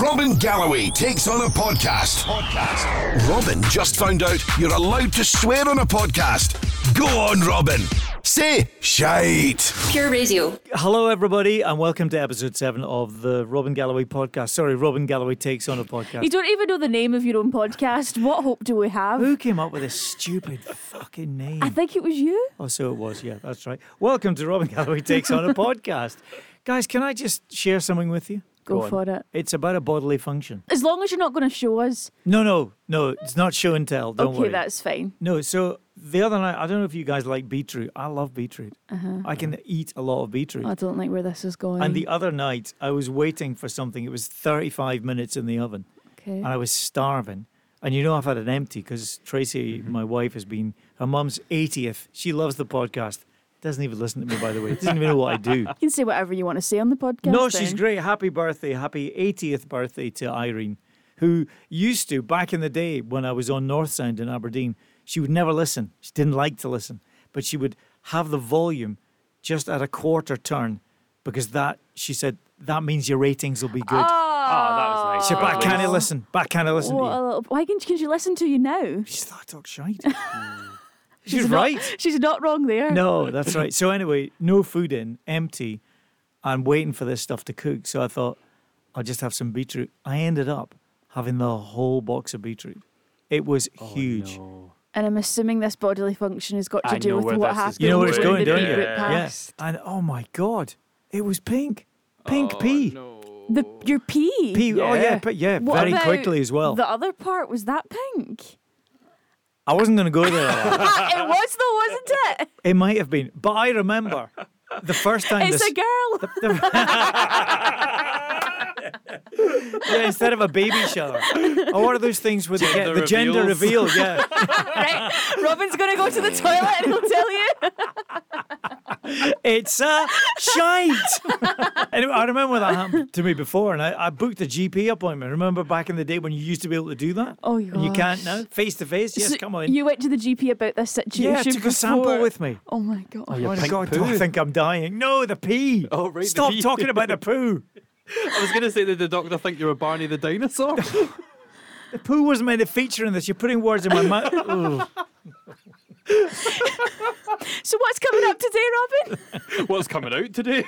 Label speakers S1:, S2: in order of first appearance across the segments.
S1: Robin Galloway takes on a podcast. podcast. Robin just found out you're allowed to swear on a podcast. Go on, Robin. Say shite.
S2: Pure Radio.
S3: Hello, everybody, and welcome to episode seven of the Robin Galloway podcast. Sorry, Robin Galloway takes on a
S4: You
S3: podcast.
S4: don't even know the name of your own podcast. What hope do we have?
S3: Who came up with this stupid fucking name?
S4: I think it was you.
S3: Oh, so it was. Yeah, that's right. Welcome to Robin Galloway Takes On a Podcast. Guys, can I just share something with you?
S4: Go
S3: on.
S4: for it.
S3: It's about a bodily function.
S4: As long as you're not going to show us.
S3: No, no, no. It's not show and tell. Don't
S4: okay,
S3: worry.
S4: that's fine.
S3: No, so the other night, I don't know if you guys like beetroot. I love beetroot.
S4: Uh-huh.
S3: I can eat a lot of beetroot.
S4: I don't like where this is going.
S3: and the other night, I was waiting for something. It was 35 minutes in the oven.
S4: okay.
S3: and I was starving. And you know, I've had an empty because Tracy,
S4: Mm-hmm.
S3: my wife, has been her mum's 80th. She loves the podcast. Doesn't even listen to me, by the way. Doesn't even know what I do.
S4: you can say whatever you want to say on the podcast.
S3: No, she's
S4: then.
S3: great. Happy birthday. Happy 80th birthday to Irene, who used to, back in the day when I was on North Sound in Aberdeen, she would never listen. She didn't like to listen, but she would have the volume just at a quarter turn because that, she said, that means your ratings will be good.
S5: Oh,
S3: she
S5: that was nice.
S3: back can't listen. Back can't listen
S4: What
S3: to you.
S4: a little, why can, can she listen to you now?
S3: She thought I talk shite. She's, right.
S4: She's not wrong there.
S3: No, that's right. So anyway, no food in, empty, and waiting for this stuff to cook. So I thought I'll just have some beetroot. I ended up having the whole box of beetroot. It was huge.
S4: And I'm assuming this bodily function has got to
S5: I
S4: do
S5: know
S4: with
S5: where
S4: what
S5: this is
S4: happened.
S3: You know where
S5: Don't
S3: it's
S5: worry,
S3: going,
S4: during the
S3: don't you?
S4: beetroot
S3: Yeah.
S4: Pass.
S3: And oh my god, it was pink, pink pea,
S4: The, your pee.
S3: pea. Oh yeah,
S5: Yeah.
S3: but yeah,
S4: What
S3: very
S4: about
S3: quickly as well.
S4: The other part was that pink.
S3: I wasn't going to go there.
S4: Ah, it was though, wasn't it?
S3: it might have been, but I remember the first time
S4: It's
S3: this.
S4: a girl.
S3: Yeah, instead of a baby shower. Oh, what are those things with the,
S5: Gender
S3: the gender reveal?
S5: reveals.
S3: Yeah.
S4: right. Robin's gonna go to the toilet and he'll tell you.
S3: It's a shite. anyway, I remember that happened to me before, and I, I booked a GP appointment. Remember back in the day when you used to be able to do that?
S4: Oh,
S3: And you can't
S4: gosh.
S3: now? Face to face? Yes,
S4: So
S3: come on.
S4: You went to the GP about this situation.
S3: yeah, took a sample
S4: before.
S3: with me.
S4: Oh my god.
S3: Oh, my
S5: pink
S3: God,
S5: poo.
S3: do I think I'm dying? No, the pee.
S5: Oh, right, the
S3: Stop
S5: pee.
S3: talking about the poo.
S5: I was going to say, did the doctor think you were Barney the dinosaur?
S3: The poo wasn't meant to feature in this. You're putting words in my mouth. Ugh.
S4: So what's coming up today, Robin?
S5: What's coming out today?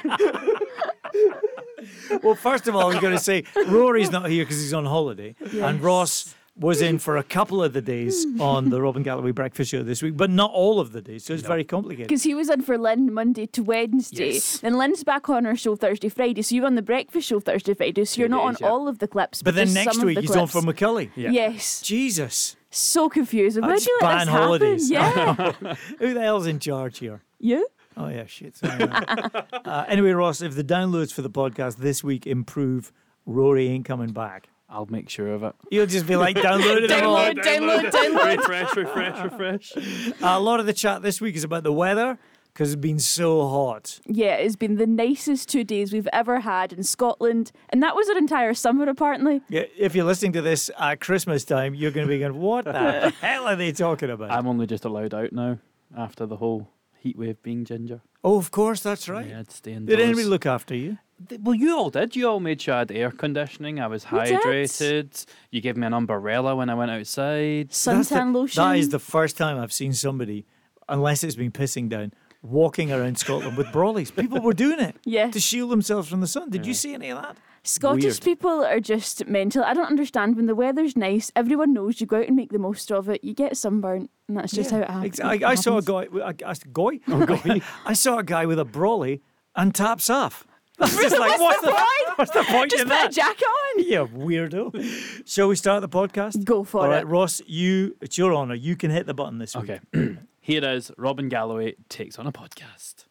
S3: Well, first of all, I was going to say Rory's not here because he's on holiday, and Ross was in for a couple of the days on the Robin Galloway Breakfast Show this week, but not all of the days. So it's very complicated.
S4: Because he was in for Lynn Monday to Wednesday.
S5: Yes.
S4: Then Lynn's back on her show Thursday, Friday. So you're on the breakfast show Thursday, Friday. So you're
S5: Two
S4: not on
S5: days, yeah.
S4: all of the clips.
S3: But then
S4: just
S3: next
S4: some of
S3: week
S4: the
S3: he's on for
S4: clips.
S3: McCully.
S5: Yeah.
S4: Yes.
S3: Jesus,
S4: So confused. Why
S3: I
S4: would
S3: just
S4: you let this
S3: ban
S4: happen?
S3: holidays.
S4: Yeah.
S3: who the hell's in charge here?
S4: you?
S3: Oh yeah, shit. Sorry, man. uh, anyway, Ross, if the downloads for the podcast this week improve, Rory ain't coming back.
S5: I'll make sure of it.
S3: You'll just be like downloading them all.
S4: Download, download, download.
S5: refresh, refresh, refresh.
S3: A lot of the chat this week is about the weather because it's been so hot.
S4: Yeah, it's been the nicest two days we've ever had in Scotland. And that was our entire summer, apparently.
S3: Yeah, if you're listening to this at Christmas time, you're going to be going, "What the hell are they talking about?"
S5: I'm only just allowed out now after the whole heat wave being ginger.
S3: oh, of course, that's right.
S5: Yeah, I'd stay indoors.
S3: Did anybody look after you?
S5: Th- Well, you all did. You all made sure I had air conditioning. I was
S4: did?
S5: hydrated. You gave me an umbrella when I went outside.
S3: That's the-
S4: Suntan lotion.
S3: That is the first time I've seen somebody, unless it's been pissing down, walking around Scotland with brollies. People were doing it
S4: Yeah.
S3: to shield themselves from the sun. Did you see any of that?
S4: Scottish
S5: Weird.
S4: people are just mental. I don't understand when the weather's nice, everyone knows you go out and make the most of it. You get sunburnt, and that's just how it happens.
S3: Ex- I, I saw a guy. wi- I, I, guy?
S5: Oh,
S3: I saw a guy with a brolly and taps off. That's just like what's, the,
S4: point?
S3: what's the point
S4: Just
S3: in
S4: put
S3: that?
S4: a jacket on.
S3: You weirdo. Shall we start the podcast?
S4: Go for
S3: All right,
S4: it.
S3: Ross, you it's your honour. You can hit the button this week.
S5: Okay. Here is Robin Galloway takes on a podcast.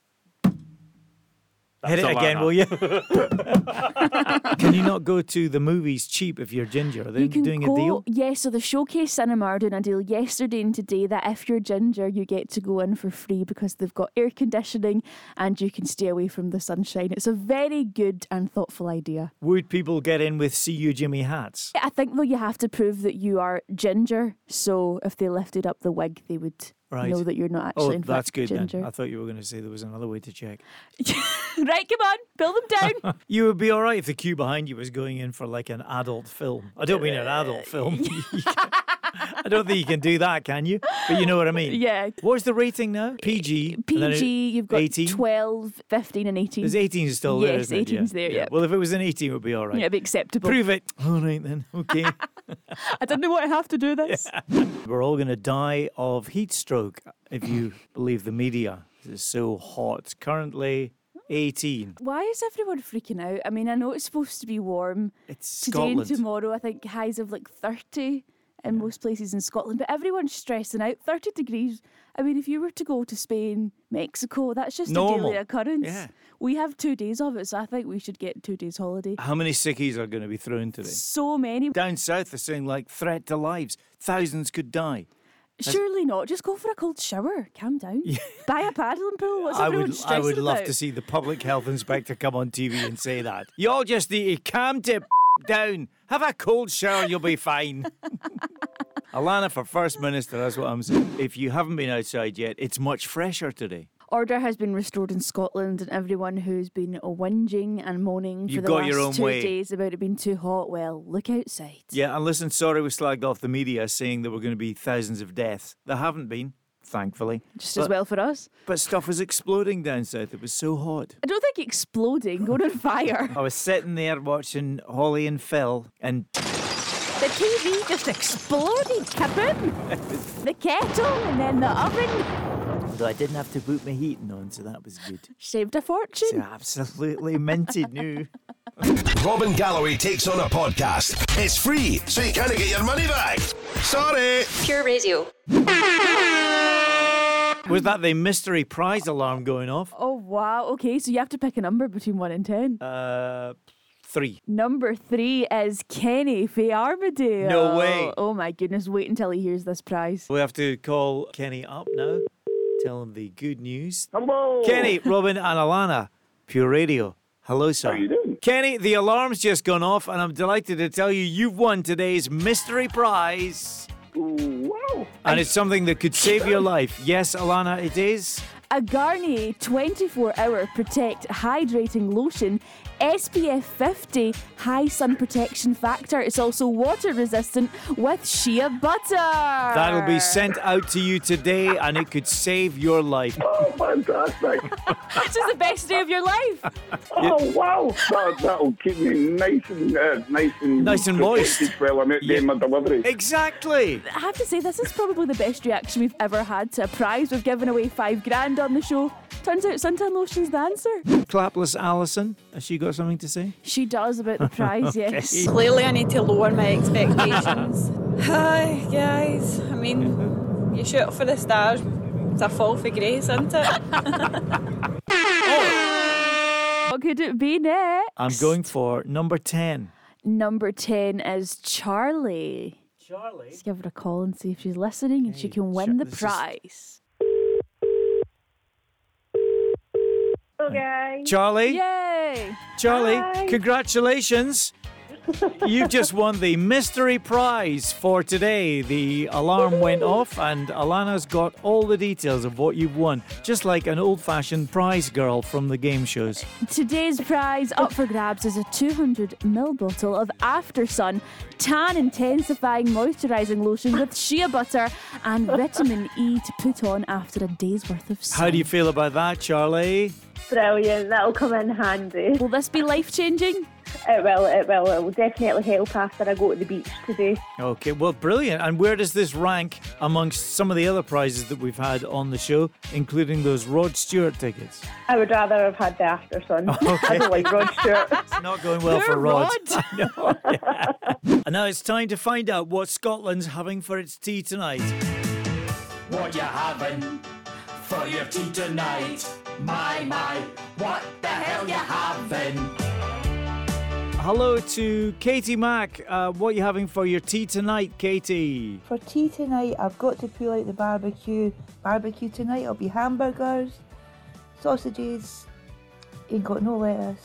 S3: hit it
S5: That's all I
S3: again,
S5: know.
S3: will you? can you not go to the movies cheap if you're ginger? Are they
S4: You can
S3: doing
S4: go,
S3: a deal?
S4: Yeah, so the Showcase Cinema are doing a deal yesterday and today that if you're ginger, you get to go in for free because they've got air conditioning and you can stay away from the sunshine. It's a very good and thoughtful idea.
S3: Would people get in with see you Jimmy hats?
S4: I think though you have to prove that you are ginger, so if they lifted up the wig, they would
S3: Right.
S4: know that you're not actually
S3: oh,
S4: in
S3: that's
S4: fact
S3: good
S4: ginger.
S3: then. I thought you were going to say there was another way to check.
S4: right, come on, build them down.
S3: You would be all right if the queue behind you was going in for like an adult film. I don't mean an
S4: Uh,
S3: adult film. I don't think you can do that, can you? But you know what I mean.
S4: Yeah.
S3: What's the rating now? PG. and then
S4: PG,
S3: it-
S4: you've got
S3: 18?
S4: 12, 15 and 18.
S3: There's 18 still there,
S4: Yes,
S3: isn't it?
S4: 18's there, yeah.
S3: Well, if it was an 18, it would be all right.
S4: Yeah, it'd be acceptable.
S3: Prove it. All right then. Okay.
S4: I didn't know what I have to do this.
S3: We're all going to die of heat stroke if you believe the media. It's so hot. Currently 18.
S4: Why is everyone freaking out? I mean, I know it's supposed to be warm
S3: It's
S4: today
S3: Scotland.
S4: and tomorrow. I think highs of like 30 in most places in Scotland, but everyone's stressing out. 30 degrees. I mean, if you were to go to Spain, Mexico, that's just a
S3: Normal.
S4: daily occurrence.
S3: Yeah.
S4: We have two days of it, so I think we should get two days holiday.
S3: How many sickies are going to be thrown today?
S4: So many.
S3: Down south, they're saying like threat to lives. Thousands could die.
S4: Surely not. Just go for a cold shower. Calm down. Buy a paddling pool. What's
S3: I
S4: everyone
S3: would,
S4: stressing
S3: I would love
S4: about?
S3: to see the public health inspector come on TV and say that. You all just need to calm the down. Have a cold shower, you'll be fine. Alana for First Minister, that's what I'm saying. If you haven't been outside yet, it's much fresher today.
S4: Order has been restored in Scotland, and everyone who's been whinging and moaning for
S3: You've
S4: the
S3: got
S4: last
S3: your own
S4: two
S3: way.
S4: days about it being too hot, well, look outside.
S3: Yeah, and listen, sorry we slagged off the media saying there were going to be thousands of deaths. There haven't been, thankfully.
S4: Just
S3: but,
S4: as well for us.
S3: But stuff was exploding down south. It was so hot.
S4: I don't think exploding, going on fire.
S3: I was sitting there watching Holly and Phil, and
S4: The TV just exploded, kaboom! the kettle and then the oven
S3: though I didn't have to boot my heating on, so that was good.
S4: saved a fortune.
S3: They're absolutely minted new.
S1: Robin Galloway takes on a podcast. It's free, so you kind of get your money back. Sorry.
S2: Pure Radio.
S3: Was that the mystery prize alarm going off?
S4: Oh wow! Okay, so you have to pick a number between one and ten.
S3: Uh, three.
S4: Number three is Kenny Faye Armadale.
S3: No way.
S4: Oh my goodness! Wait until he hears this prize.
S3: We have to call Kenny up now. Tell him the good news.
S6: Hello.
S3: Kenny, Robin, and Alana, Pure Radio. Hello, sir.
S6: How you doing?
S3: Kenny, the alarm's just gone off, and I'm delighted to tell you you've won today's mystery prize.
S6: Wow.
S3: And it's something that could save your life. Yes, Alana, it is.
S4: A Garnier 24 hour protect hydrating lotion, SPF 50 high sun protection factor. It's also water resistant with shea butter.
S3: That'll be sent out to you today, and it could save your life.
S6: Oh, fantastic.
S4: This is the best day of your life.
S6: oh, wow. That, that'll keep me nice and uh, nice and
S3: Nice and moist.
S6: protected While I'm out
S3: Yeah.
S6: doing my delivery.
S3: Exactly.
S4: I have to say, this is probably the best reaction we've ever had to a prize. We've given away five grand on the show. Turns out suntan lotion's the answer.
S3: Clapless Alison, has she got something to say?
S4: She does about the prize, yes.
S7: Clearly, I need to lower my expectations. Hi, guys. I mean, you shoot for the stars. It's a fall for grace, isn't it?
S4: What could it be next?
S3: I'm going for number 10.
S4: Number 10 is Charlie.
S3: Charlie.
S4: Let's give her a call and see if she's listening and she can win
S3: Char-
S4: the
S3: this is-
S4: prize.
S3: Charlie,
S4: Yay!
S3: Charlie, congratulations. You've just won the mystery prize for today. The alarm went off, and Alana's got all the details of what you've won, just like an old fashioned prize girl from the game shows.
S4: Today's prize up for grabs is a 200 ml bottle of After Sun tan intensifying moisturising lotion with shea butter and vitamin E to put on after a day's worth of sun.
S3: How do you feel about that, Charlie?
S8: Brilliant. That'll come in handy.
S4: Will this be life changing?
S8: It will. It will. It will definitely help after I go to the beach today.
S3: Okay, well, brilliant. And where does this rank amongst some of the other prizes that we've had on the show, including those Rod Stewart tickets?
S8: I would rather have had the after sun. I don't like Rod Stewart.
S3: It's not going well for
S4: Poor
S3: Rod.
S4: Rod.
S3: I know, yeah. and now it's time to find out what Scotland's having for its tea tonight.
S9: What you having for your tea tonight? My, my, what the hell you having?
S3: Hello to Katie Mack. Uh, what you having for your tea tonight, Katie?
S10: For tea tonight, I've got to pull out the barbecue. Barbecue tonight will be hamburgers, sausages, ain't got no lettuce,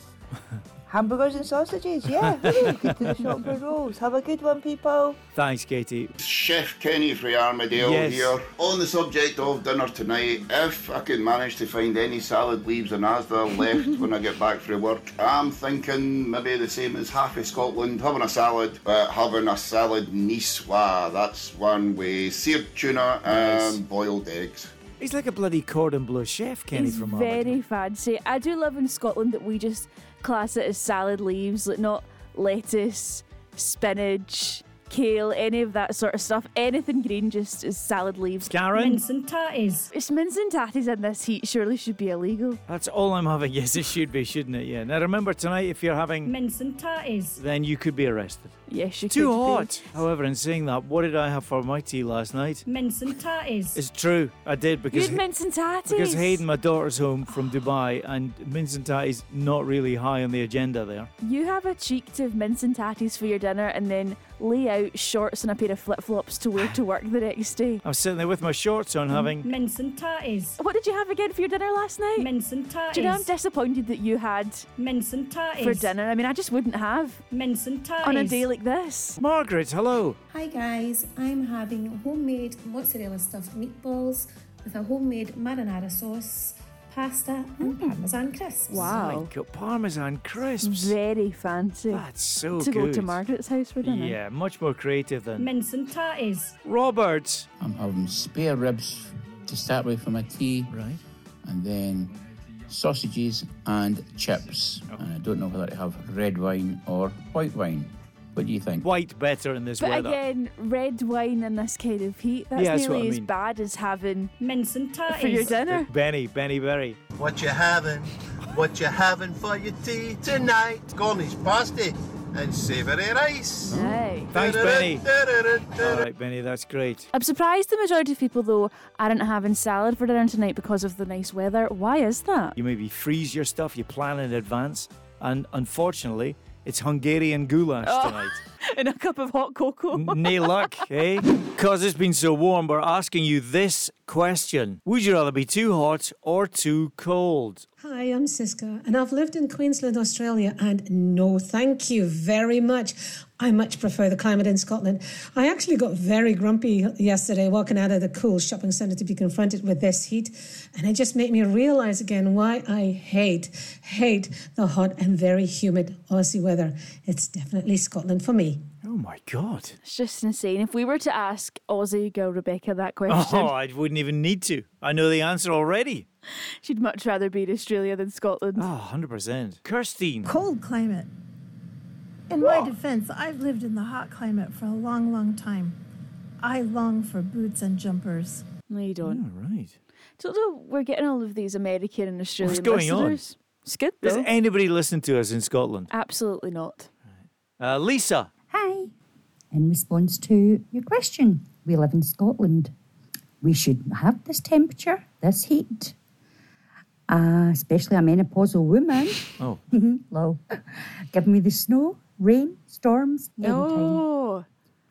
S10: Hamburgers and sausages, yeah. woohoo, Get to the shop for rolls. Have a good one, people.
S3: Thanks, Katie.
S2: Chef Kenny from Armadale
S3: Yes.
S2: here. On the subject of dinner tonight, if I can manage to find any salad leaves and asda left when I get back from work, I'm thinking maybe the same as half of Scotland, having a salad, but having a salad niçoise. That's one way. Seared tuna and boiled eggs.
S3: He's like a bloody cordon bleu chef, Kenny
S4: He's
S3: from Ireland.
S4: very fancy. I do love in Scotland that we just class it as salad leaves, like not lettuce, spinach, kale, any of that sort of stuff. Anything green just is salad leaves.
S3: Karen,
S11: and tatties.
S4: It's mince and tatties in this heat surely should be illegal.
S3: that's all I'm having. Yes, it should be, shouldn't it? Yeah. Now remember tonight, if you're having,
S11: Mince and tatties.
S3: then you could be arrested.
S4: Yes, you could
S3: Too
S4: be.
S3: hot. However, in saying that, what did I have for my tea last night?
S11: Mince and tatties.
S3: It's true, I did
S4: You
S3: because
S4: had mince and tatties.
S3: because Hayden, my daughter's home from Dubai, and mince and tatties not really high on the agenda there.
S4: You have a cheek to have mince and tatties for your dinner and then lay out shorts and a pair of flip flops to wear to work the next day.
S3: I'm sitting there with my shorts on, having
S11: Mince and tatties.
S4: What did you have again for your dinner last night?
S11: Mince and tatties.
S4: Do you know I'm disappointed that you had
S11: Mince and tatties.
S4: for dinner? I mean, I just wouldn't have
S11: Mince and tatties.
S4: on a day like this.
S3: Margaret. Hello.
S12: Hi guys, I'm having homemade mozzarella stuffed meatballs with a homemade marinara sauce, pasta, and parmesan
S11: Oh
S12: crisps.
S4: Wow.
S3: I've got Oh Parmesan crisps.
S4: Very fancy.
S3: That's so
S4: to
S3: good.
S4: go to Margaret's house for dinner.
S3: Yeah, much more creative than
S11: Mince and tatties.
S3: Robert.
S13: I'm having spare ribs to start with for my tea.
S3: Right.
S13: And then sausages and chips. And I don't know whether to have red wine or white wine. What do you think?
S3: White better in this
S4: But
S3: weather.
S4: again, red wine in this kind of heat, that's
S3: Yeah, that's what
S4: nearly
S3: I
S4: as
S3: mean.
S4: bad as having
S11: Mince and tatties.
S4: for your dinner.
S3: Benny, Benny Berry.
S14: What you having? What you having for your tea tonight? Cornish pasty and savoury rice.
S4: Aye.
S3: Thanks, Benny. All
S14: Benny.
S3: right, Benny, that's great.
S4: I'm surprised the majority of people, though, aren't having salad for dinner tonight because of the nice weather. Why is that?
S3: You maybe freeze your stuff, you plan in advance, and unfortunately, it's Hungarian goulash tonight.
S4: In a cup of hot cocoa.
S3: Nay luck, eh? Because it's been so warm, we're asking you this question Would you rather be too hot or too cold?
S12: Hi, I'm Siska, and I've lived in Queensland, Australia, and no, thank you very much. I much prefer the climate in Scotland. I actually got very grumpy yesterday walking out of the cool shopping centre to be confronted with this heat, and it just made me realise again why I hate, hate the hot and very humid Aussie weather. It's definitely Scotland for me.
S3: Oh my God.
S4: It's just insane. If we were to ask Aussie girl Rebecca that question,
S3: Oh, I wouldn't even need to. I know the answer already.
S4: she'd much rather be in Australia than Scotland.
S3: Oh, 100%. Kirstine.
S15: cold climate. In my defense, I've lived in the hot climate for a long, long time. I long for boots and jumpers.
S4: No, you don't.
S3: All right.
S4: Don't know. We're getting all of these American and Australian
S3: What's going on?
S4: listeners. It's good
S3: Does
S4: though.
S3: anybody listen to us in Scotland?
S4: Absolutely not.
S3: Uh, Lisa.
S16: Hi. In response to your question, we live in Scotland. We should have this temperature, this heat, uh, especially a menopausal woman.
S3: Oh.
S16: Low. Give me the snow, rain, storms, anytime.
S4: No.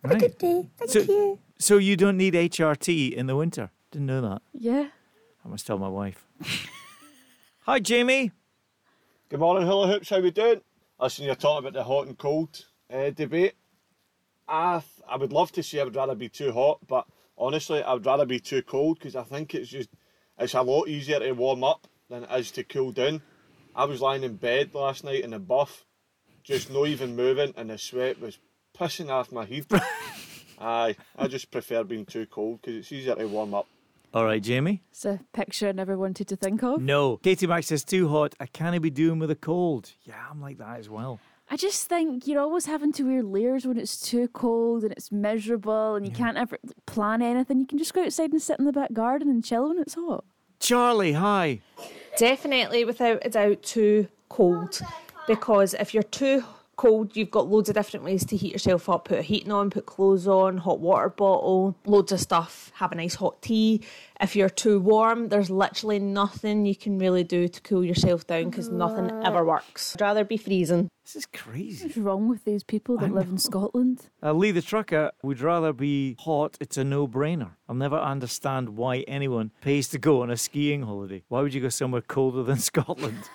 S16: Have a good day. Thank
S3: So-
S16: you.
S3: So you don't need HRT in the winter? Didn't know that.
S4: Yeah.
S3: I must tell my wife. Hi, Jamie.
S17: Good morning, Hula Hoops. How we doing? Listen, you're talking about the hot and cold uh, debate. I th- I would love to say I would rather be too hot, but honestly, I would rather be too cold because I think it's just it's a lot easier to warm up than it is to cool down. I was lying in bed last night in a buff, just not even moving, and the sweat was pissing off my head. Aye, I just prefer being too cold because it's easier to warm up.
S3: All right, Jamie.
S4: It's a picture I never wanted to think of.
S3: No. Katie Max says too hot. I can't be doing with a cold. Yeah, I'm like that as well.
S4: I just think you're always having to wear layers when it's too cold and it's miserable and you can't ever plan anything. You can just go outside and sit in the back garden and chill when it's hot.
S3: Charlie, hi.
S18: Definitely, without a doubt, too cold. Because if you're too cold, you've got loads of different ways to heat yourself up. Put a heating on, put clothes on, hot water bottle, loads of stuff. Have a nice hot tea. If you're too warm, there's literally nothing you can really do to cool yourself down because nothing ever works. I'd rather be freezing.
S3: This is crazy.
S4: What's wrong with these people that live in Scotland?
S3: Uh, Lee the trucker would rather be hot. It's a no-brainer. I'll never understand why anyone pays to go on a skiing holiday. Why would you go somewhere colder than Scotland?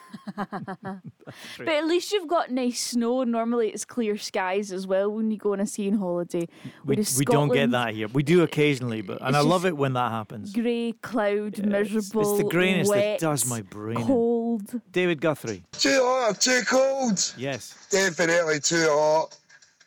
S4: But at least you've got nice snow. Normally it's clear skies as well when you go on a skiing holiday.
S3: we
S4: Whereas
S3: we don't get
S4: Scotland,
S3: that here. We do occasionally, but and
S4: It's
S3: I love
S4: just
S3: it when that happens.
S4: Grey, cloud, miserable.
S3: It's the greyness
S4: wet,
S3: that does my brain. in.
S4: Cold.
S3: David Guthrie.
S19: Too hot, too cold.
S3: Yes.
S19: Definitely too hot.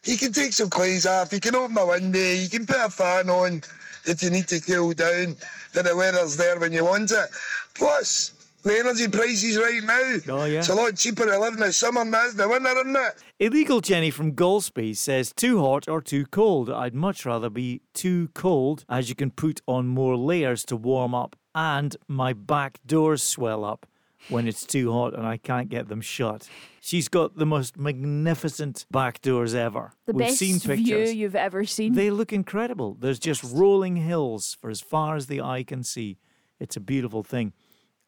S19: You can take some clothes off, you can open the window, you can put a fan on if you need to cool down, then the weather's there when you want it. Plus, the energy prices right now,
S3: Oh yeah.
S19: it's a lot cheaper to live in the summer than it is the winter, isn't it?
S3: Illegal Jenny from Golspie says, too hot or too cold. I'd much rather be too cold as you can put on more layers to warm up and my back doors swell up when it's too hot and I can't get them shut. She's got the most magnificent back doors ever.
S4: The
S3: We've
S4: best
S3: seen
S4: view
S3: pictures.
S4: you've ever seen.
S3: They look incredible. There's just rolling hills for as far as the eye can see. It's a beautiful thing.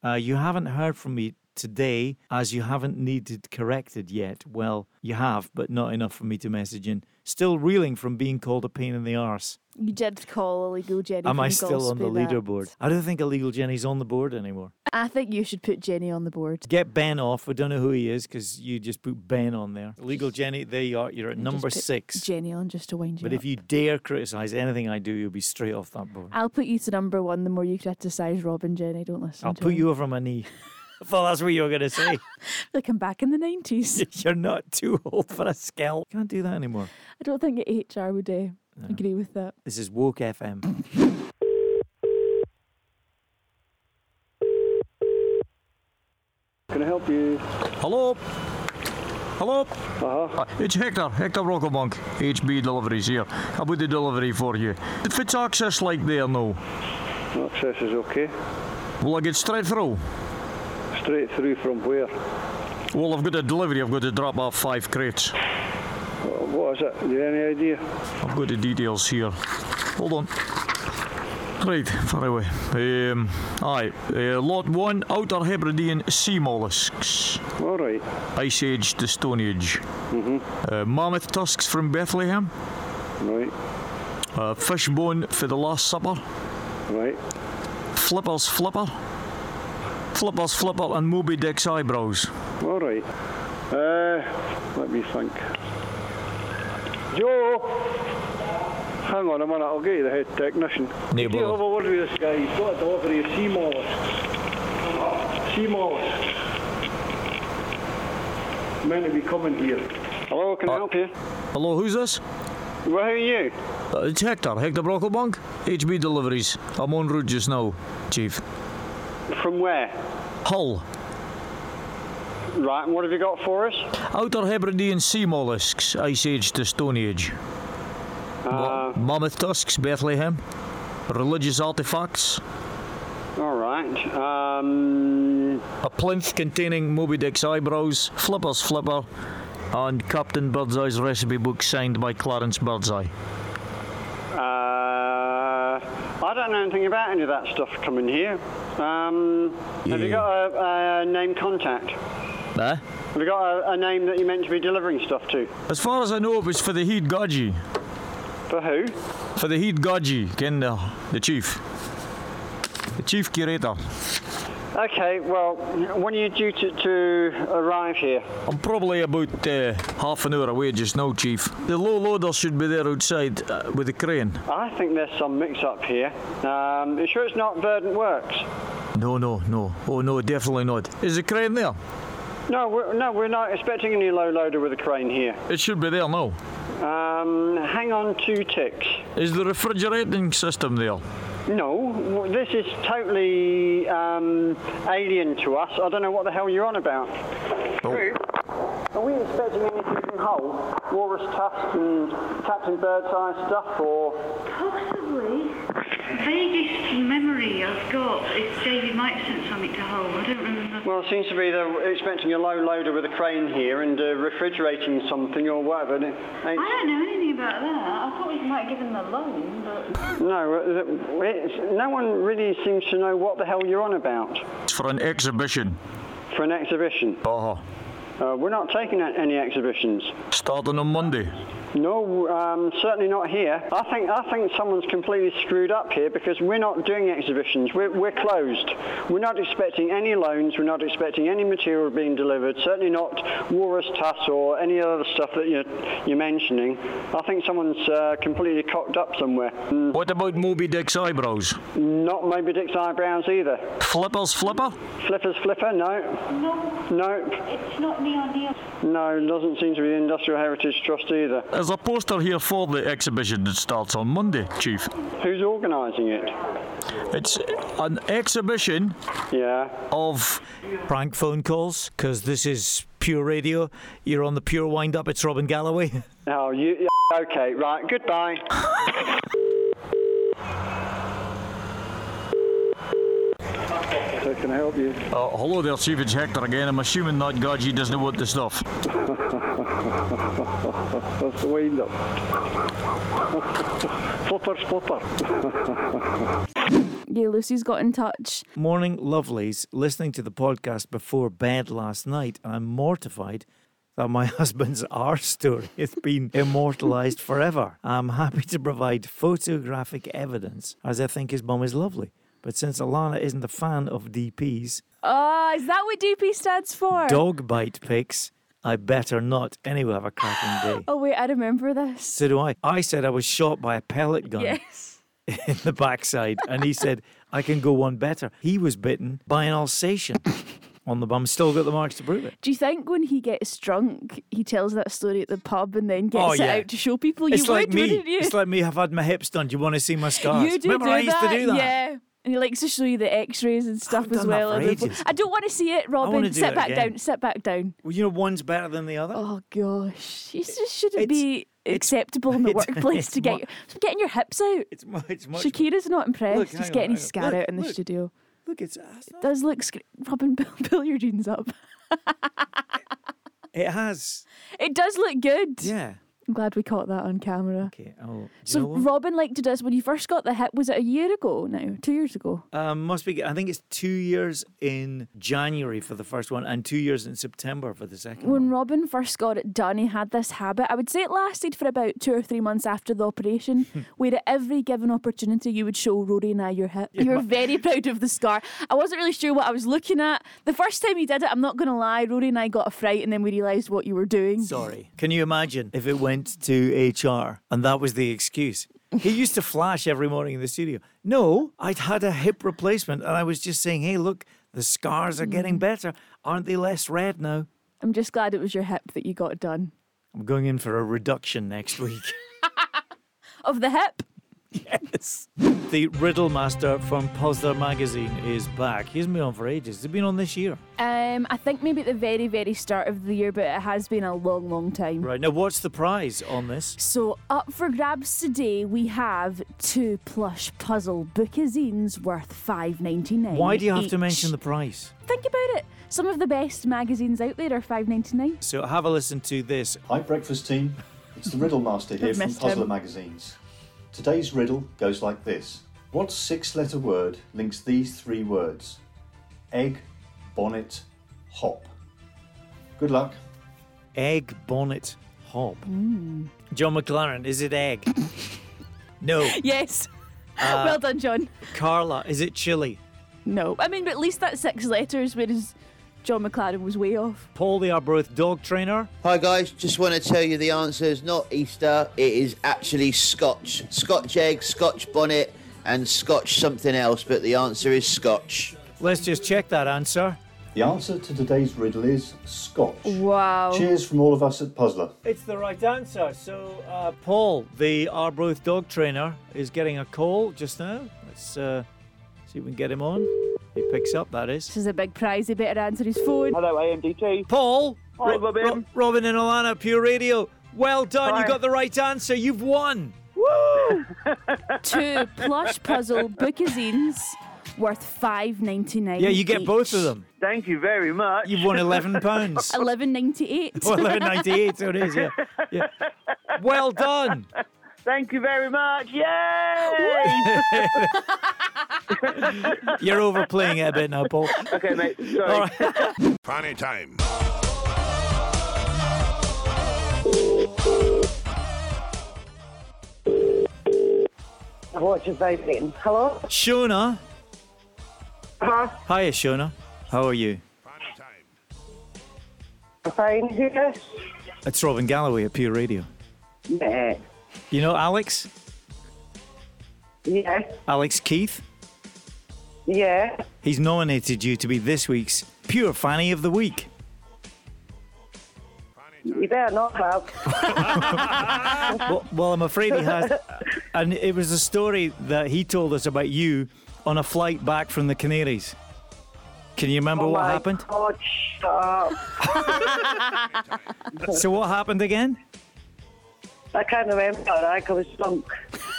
S3: Uh, you haven't heard from me today as you haven't needed corrected yet. Well, you have, but not enough for me to message in. Still reeling from being called a pain in the arse.
S4: You did call illegal Jenny.
S3: Am
S4: from
S3: I still on the
S4: Golspie that.
S3: leaderboard? I don't think Illegal Jenny's on the board anymore.
S4: I think you should put Jenny on the board.
S3: Get Ben off. We don't know who he is because you just put Ben on there. Illegal Jenny, there you are. You're at number
S4: Just put
S3: six.
S4: Jenny on just to wind you
S3: But
S4: up.
S3: if you dare criticise anything I do, you'll be straight off that board.
S4: I'll put you to number one. The more you criticise Robin Jenny, don't listen.
S3: I'll
S4: to
S3: put
S4: him.
S3: you over my knee. I thought that's what you were going to say.
S4: Like I'm back in the nineties.
S3: You're not too old for a scalp. Can't do that anymore.
S4: I don't think HR would uh, agree with that.
S3: This is Woke FM.
S20: Can I help you? Hello? Hello? Uh-huh. It's Hector, Hector Rockelbank, HB Deliveries here. I would the delivery for you. If it's access like there now? Access is okay. Will I get straight through? Straight through from where? Well, I've got a delivery, I've got to drop off five crates. What is it? Do you have any idea? I've got the details here. Hold on. Right, far away. Um, aye, uh, lot one, Outer Hebridean sea mollusks. All right. Ice Age to Stone Age. Mm-hmm. Uh, mammoth tusks from Bethlehem. Right. Uh, fish bone for the Last Supper. Right. Flippers flipper. Flippers flipper and Moby Dick's eyebrows. All right. Uh, let me think. Joe! Hang on a minute, I'll get you the head technician.
S21: No
S20: Do you
S21: bother.
S20: have a word with this guy? He's got a delivery of sea mollusks. Sea mollusks. Meant to be coming here. Hello, can I help you? Hello, who's this? Well, who are you?
S21: Uh, it's Hector, Hector Brockelbank, HB Deliveries. I'm on route just now, Chief.
S20: From where?
S21: Hull,
S20: Right, and what have you got for us?
S21: Outer Hebridean sea mollusks, Ice Age to Stone Age. Ma- mammoth tusks, Bethlehem. Religious artifacts.
S20: All right. Um,
S21: A plinth containing Moby Dick's eyebrows, Flipper's Flipper, and Captain Birdseye's recipe book signed by Clarence Birdseye.
S20: Uh, I don't know anything about any of that stuff coming here. Um, Have you
S21: Yeah.
S20: got a, a name contact?
S21: Eh?
S20: Have you got a, a name that you're meant to be delivering stuff to?
S21: As far as I know, it was for the Heed Godgy.
S20: For who?
S21: For the Heed Godgy, ken the, the chief. The chief curator.
S20: Okay, well, when are you due to, to arrive here?
S21: I'm probably about uh, half an hour away just now, chief. The low loader should be there outside uh, with the crane.
S20: I think there's some mix up here. Um, you sure it's not Verdant Works?
S21: No, no, no. Oh, no, definitely not. Is the crane there?
S20: No, we're, no, we're not expecting any low loader with a crane here.
S21: It should be there now.
S20: Um, hang on two ticks.
S21: Is the refrigerating system there?
S20: No, w- this is totally um, alien to us. I don't know what the hell you're on about.
S21: Oh.
S20: Are we expecting anything from Hull? Walrus tusks and Captain Birdseye stuff, or
S2: Possibly. Vaguest memory I've got is Davy might have sent something to Hull. I don't remember.
S20: Well, it seems to be they're expecting a low loader with a crane here and uh, refrigerating something or whatever. and it-
S2: I
S20: it's-
S2: don't know anything about that. I thought we might give him the loan, but.
S20: No, uh, it's, no one really seems to know what the hell you're on about
S17: It's for an exhibition.
S20: for an exhibition.
S17: Uh-huh.
S20: Uh, we're not taking a- any exhibitions.
S17: Starting on Monday.
S20: No, um, certainly not here. I think I think someone's completely screwed up here because we're not doing exhibitions. We're, we're closed. We're not expecting any loans. We're not expecting any material being delivered. Certainly not Walrus Tuss or any other stuff that you're, you're mentioning. I think someone's uh, completely cocked up somewhere. Mm.
S17: What about Moby Dick's eyebrows?
S20: Not Moby Dick's eyebrows either.
S17: Flippers Flipper?
S20: Flippers Flipper? No.
S2: No,
S20: No.
S2: it's not neon neon.
S20: No, doesn't seem to be the Industrial Heritage Trust either.
S17: There's a poster here for the exhibition that starts on Monday, Chief.
S20: Who's organising it?
S17: It's an exhibition
S20: yeah.
S17: of
S3: prank phone calls because this is pure radio. You're on the pure wind up. It's Robin Galloway.
S20: Oh, you. Okay, right. Goodbye.
S22: can I help you?
S17: Uh, hello there, Chief. It's Hector again. I'm assuming that Gaji doesn't want the stuff.
S22: That's the wind up. flipper, flipper.
S4: Yeah, Lucy's got in touch.
S3: Morning, lovelies. Listening to the podcast before bed last night, I'm mortified that my husband's R story has been immortalized forever. I'm happy to provide photographic evidence, as I think his mum is lovely. But since Alana isn't a fan of DPs,
S4: Ah, is that what DP stands for?
S3: dog bite pics, I better not. Anyway, have a cracking day.
S4: Oh wait, I remember this.
S3: So do I. I said I was shot by a pellet gun
S4: Yes.
S3: in the backside, and he said, I can go one better. He was bitten by an Alsatian on the bum. Still got the marks to prove it.
S4: Do you think when he gets drunk, he tells that story at the pub and then gets
S3: Oh,
S4: it
S3: yeah.
S4: out to show people? You
S3: it's
S4: would,
S3: like me.
S4: wouldn't you?
S3: It's like me. I've had my hips done. Do you want to see my scars?
S4: you do,
S3: Remember,
S4: do
S3: I used
S4: that?
S3: to do that.
S4: Yeah. And he likes to show you the X-rays and stuff as
S3: done that
S4: well.
S3: for
S4: on the-
S3: ages.
S4: I don't want to see it,
S3: wanna
S4: Robin.
S3: do
S4: Sit
S3: that
S4: back
S3: again.
S4: down. Sit back down.
S3: Well, you know, one's better than the other.
S4: Oh gosh, you just shouldn't be acceptable in the
S3: it's-
S4: workplace
S3: it's
S4: to get
S3: mu-
S4: your, getting your hips out.
S3: It's, mu- it's much.
S4: Shakira's not impressed.
S3: Look, hang
S4: He's
S3: on,
S4: getting his
S3: hang on.
S4: scar
S3: Look,
S4: out in the
S3: look.
S4: studio.
S3: Look, it's ass.
S4: It does look. Sc- Robin, pull, pull your jeans up.
S3: It has.
S4: It does look good.
S3: Yeah.
S4: I'm glad we caught that on camera.
S3: Okay. Oh, you
S4: So
S3: know what?
S4: Robin liked to do this when you first got the hit. Was it a year ago now? Two years ago?
S3: Um, must be. I think it's two years in January for the first one, and two years in September for the second.
S4: When Robin first got it done, he had this habit. I would say it lasted for about two or three months after the operation, where at every given opportunity you would show Rory and I your hip. You were very proud of the scar. I wasn't really sure what I was looking at. The first time he did it, I'm not going to lie, Rory and I got a fright and then we realised what you were doing.
S3: Sorry. Can you imagine if it went to HR and that was the excuse? He used to flash every morning in the studio. No, I'd had a hip replacement and I was just saying, hey, look, the scars are getting better. Aren't they less red now?
S4: I'm just glad it was your hip that you got done.
S3: I'm going in for a reduction next week.
S4: Of the hip?
S3: yes. The Riddle Master from Puzzler Magazine is back. He's been on for ages. He's been on this year.
S4: Um, I think maybe at the very, very start of the year, but it has been a long, long time.
S3: Right, now what's the prize on this?
S4: So, up for grabs today, we have two plush puzzle bookazines worth five ninety nine.
S3: Why do you have to mention the price?
S4: Think about it. Some of the best magazines out there are five ninety nine.
S3: So have a listen to this.
S23: Hi, breakfast team. It's the Riddle Master here
S4: I've
S23: from
S4: missed
S23: Puzzler
S4: him.
S23: Magazines. Today's riddle goes like this What six letter word links these three words? Egg, bonnet, hop. Good luck.
S3: Egg bonnet hob. John McLaren, is it egg? no.
S4: Yes.
S3: Uh,
S4: well done, John.
S3: Carla, is it chili?
S4: No, I mean, but at least that's six letters, whereas John McLaren was way off.
S3: Paul the Arbroath dog trainer.
S24: Hi guys, just want to tell you the answer is not Easter, it is actually Scotch. Scotch egg, Scotch bonnet, and Scotch something else, but the answer is Scotch.
S3: Let's just check that answer.
S23: The answer to today's riddle is Scotch.
S4: Wow.
S23: Cheers from all of us at Puzzler.
S3: It's the right answer. So, uh, Paul, the Arbroath dog trainer, is getting a call just now. Let's uh, see if we can get him on. He picks up, that is.
S4: This is a big prize. He better answer his phone.
S24: Hello, AMDT.
S3: Paul, Ro- Ro- Robin and Alana, Pure Radio. Well done. You got the right answer. You've won. Woo!
S4: Two plush puzzle bookazines worth five ninety nine.
S3: Yeah, you get both of them.
S1: Thank you very much.
S3: You've won £11.
S4: Eleven ninety eight.
S3: Well, 11.98, so it is, yeah. yeah. Well done.
S1: Thank you very much. Yay!
S3: You're overplaying it a bit now, Paul.
S1: okay, mate. Sorry.
S6: Funny time.
S7: Watch your face in. Hello?
S3: Shona. Hi. Hiya, Shona. How are you?
S7: Fine, who is?
S3: It's Robin Galloway at Pure Radio.
S7: Yeah.
S3: You know Alex?
S7: Yeah.
S3: Alex Keith?
S7: Yeah.
S3: He's nominated you to be this week's Pure Fanny of the Week.
S7: You better not have.
S3: Well, well, I'm afraid he has. And it was a story that he told us about you on a flight back from the Canaries. Can you remember
S7: Oh
S3: what
S7: my
S3: happened?
S7: God, shut up.
S3: So what happened again?
S7: I can't remember. Like I was drunk.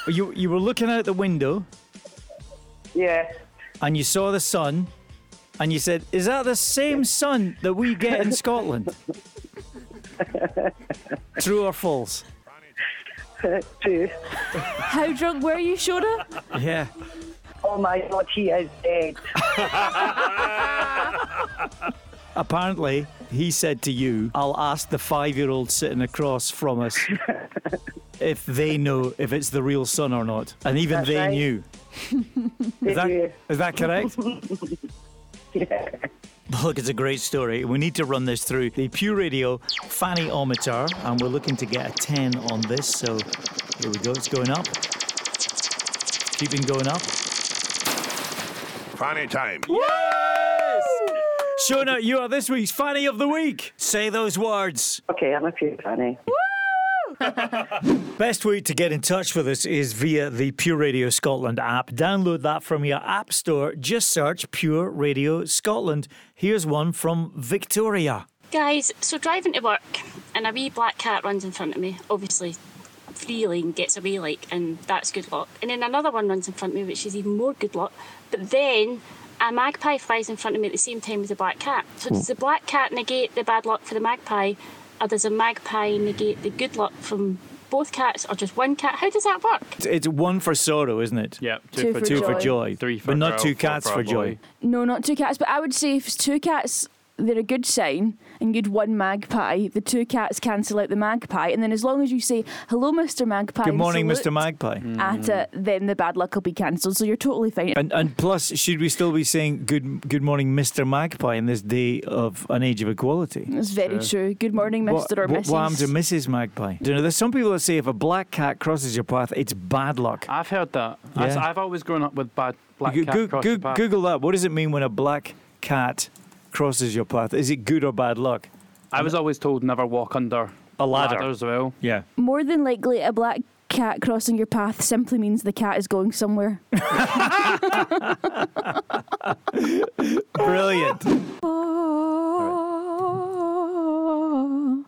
S3: You you were looking out the window
S7: Yeah.
S3: and you saw the sun, and you said, "Is that the same sun that we get in Scotland?" True or false?
S7: True.
S4: How drunk were you, Shona?
S3: Yeah.
S7: Oh my God, he is dead.
S3: Apparently, he said to you, I'll ask the five year old sitting across from us if they know if it's the real son or not. And even
S7: That's
S3: they
S7: right.
S3: knew. Is that, is that correct? Look, it's a great story. We need to run this through the Pew Radio Fanny Ometer, and we're looking to get a 10 on this. So here we go. It's going up. Keeping going up.
S6: Funny time.
S3: Yes! Shona, you are this week's Fanny of the Week. Say those words.
S7: Okay, I'm a few fanny.
S3: Best way to get in touch with us is via the Pure Radio Scotland app. Download that from your app store. Just search Pure Radio Scotland. Here's one from Victoria.
S8: Guys, so driving to work and a wee black cat runs in front of me, obviously freely and gets away like, and that's good luck. And then another one runs in front of me, which is even more good luck. But then a magpie flies in front of me at the same time as the black cat. So does the black cat negate the bad luck for the magpie, or does the magpie negate the good luck from both cats, or just one cat? How does that work?
S3: It's- It's one for sorrow, isn't it? Yeah,
S4: two Two for for
S3: two for
S4: joy.
S3: joy,
S9: Three for
S3: but not
S9: growl,
S3: two
S9: four
S3: cats
S9: for
S3: for
S9: a
S3: joy.
S9: boy.
S4: No, not two cats. But I would say if it's two cats, they're a good sign, and you'd one magpie. The two cats cancel out the magpie, and then as long as you say hello, Mr. Magpie.
S3: Good
S4: and
S3: morning, Mr.
S4: salute
S3: Magpie.
S4: At it, then the bad luck will be cancelled. So you're totally fine.
S3: And and plus, should we still be saying good good morning, Mr. Magpie, in this day of an age of equality?
S4: It's very true. Good morning, Mr.
S3: What,
S4: or
S3: what,
S4: Mrs.
S3: what happened to Mrs. Magpie? You know, there's some people that say if a black cat crosses your path, it's bad luck.
S9: I've heard that. I s-
S3: Yeah.
S9: I've always grown up with bad black
S3: Go-
S9: cat
S3: go-
S9: cross
S3: go-
S9: the path.
S3: Google that. What does it mean when a black cat crosses your path? Is it good or bad luck?
S9: I was always told never walk under
S3: a ladder.
S9: as well.
S3: Yeah.
S4: More than likely, a black cat crossing your path simply means the cat is going somewhere.
S3: Brilliant.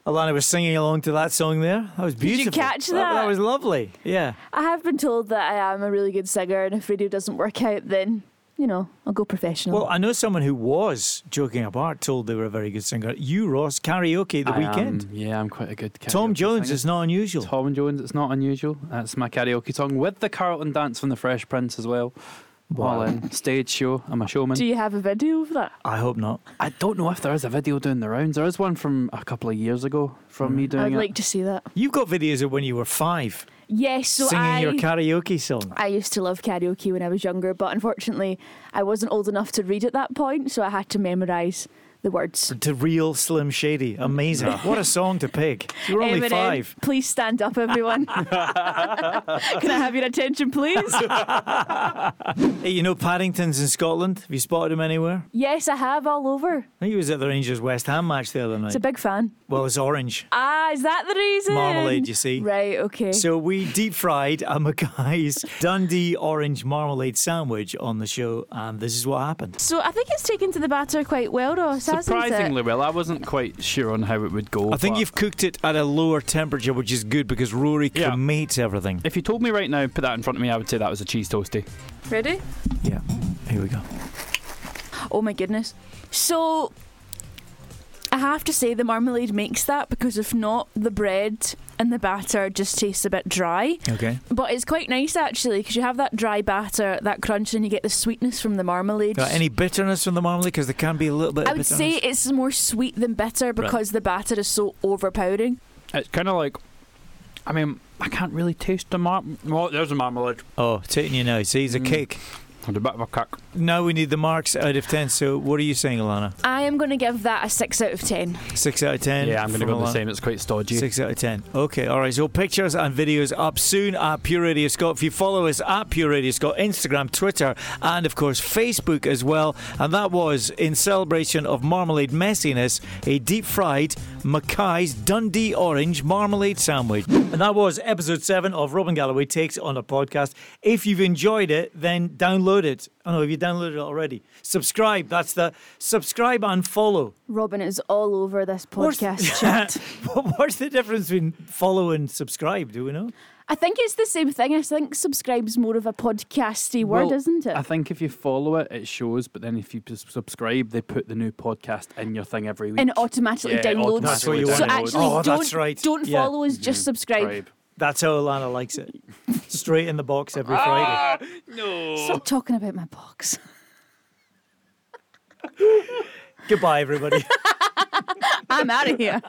S3: Alana was singing along to that song there. That was
S4: you
S3: beautiful.
S4: catch
S3: That
S4: that?
S3: was lovely.
S9: Um,
S3: Yeah.
S4: I have been told that I am a really good singer, and if radio doesn't work out, then you know I'll go professional.
S3: Well, I know someone who was joking apart told they were a very good singer. You, Ross, karaoke at the
S9: I am-
S3: weekend.
S9: yeah, I'm quite a good karaoke
S3: Tom Jones is not unusual.
S9: Tom Jones, it's not unusual. That's my karaoke song with the Carlton dance from the Fresh Prince as well. All in. Stage show. I'm a showman.
S4: Do you have a video of that?
S3: I hope not.
S9: I don't know if there is a video doing the rounds. There is one from a couple of years ago from me doing
S4: I'd
S9: it.
S4: like to see that.
S3: You've got videos of when you were five
S4: Yes, so
S3: singing
S4: I
S3: your karaoke song.
S4: I used to love karaoke when I was younger, but unfortunately, I wasn't old enough to read at that point, so I had to memorize the words.
S3: To real Slim Shady. Amazing.
S4: No.
S3: What a song to pick. You were only
S4: Eminem,
S3: five.
S4: Please stand up, everyone. Can I have your attention, please?
S3: Hey, you know Paddington's in Scotland? Have you spotted him anywhere?
S4: yes, I have all over.
S3: I think he was at the Rangers West Ham match the other night.
S4: It's a big fan.
S3: well, it's orange.
S4: Ah, is that the reason?
S3: Marmalade, you see.
S4: Right, okay.
S3: So we deep fried a Mackay's Dundee orange marmalade sandwich on the show, and this is what happened.
S4: So I think it's taken to the batter quite well, Ross. hasn't it?
S9: Surprisingly well. I wasn't quite sure on how it would go.
S3: I think
S9: but
S3: you've cooked it at a lower temperature, which is good because Rory
S9: Yeah.
S3: cremates everything.
S9: If you told me right now, put that in front of me, I would say that was a cheese toastie.
S4: Ready?
S3: Here we go.
S4: Oh my goodness. So I have to say the marmalade makes that because if not, the bread and the batter just tastes a bit dry.
S3: Okay.
S4: But it's quite nice actually because you have that dry batter, that crunch, and you get the sweetness from the marmalade.
S3: Now, any bitterness from the marmalade? Because there can be a little bit.
S4: I
S3: of
S4: would
S3: bitterness.
S4: say it's more sweet than bitter because the batter is so overpowering.
S9: It's kind of like, I mean, I can't really taste the mar. Well, there's a marmalade.
S3: Oh, it's hitting you now. See, he's a cake.
S9: And a bit of a cock.
S3: Now we need the marks out of 10. So what are you saying, Alana?
S4: I am going to give that a 6 out of 10.
S3: 6 out of 10?
S9: Yeah, I'm gonna
S3: from
S9: go the
S3: Alana.
S9: same. It's quite stodgy.
S3: 6 out of 10. Okay, all right. So pictures and videos up soon at Pure Radio Scott. If you follow us at Pure Radio Scott, Instagram, Twitter, and of course Facebook as well. And that was in celebration of marmalade messiness, a deep fried Mackay's Dundee Orange marmalade sandwich. And that was episode 7 of Robin Galloway Takes on a Podcast. If you've enjoyed it, then download it. Oh no, have you downloaded it already? Subscribe. That's the subscribe and follow.
S4: Robin is all over this podcast chat.
S3: What- What's the difference between follow and subscribe? Do we know?
S4: I think it's the same thing. I think subscribe's more of a podcasty word,
S9: Well,
S4: isn't it?
S9: I think if you follow it, it shows. But then if you s- subscribe, they put the new podcast in your thing every week.
S4: and it automatically
S9: Yeah, it
S4: downloads.
S9: automatically That's what
S4: so
S9: you downloads.
S4: actually,
S9: Oh,
S4: don't,
S9: that's right.
S4: don't
S9: Yeah. Mm-hmm.
S4: follow us, just subscribe.
S3: That's how Alana likes it. Straight in the box every Friday.
S9: no.
S4: Stop talking about my box.
S3: Goodbye, everybody.
S4: I'm out of here.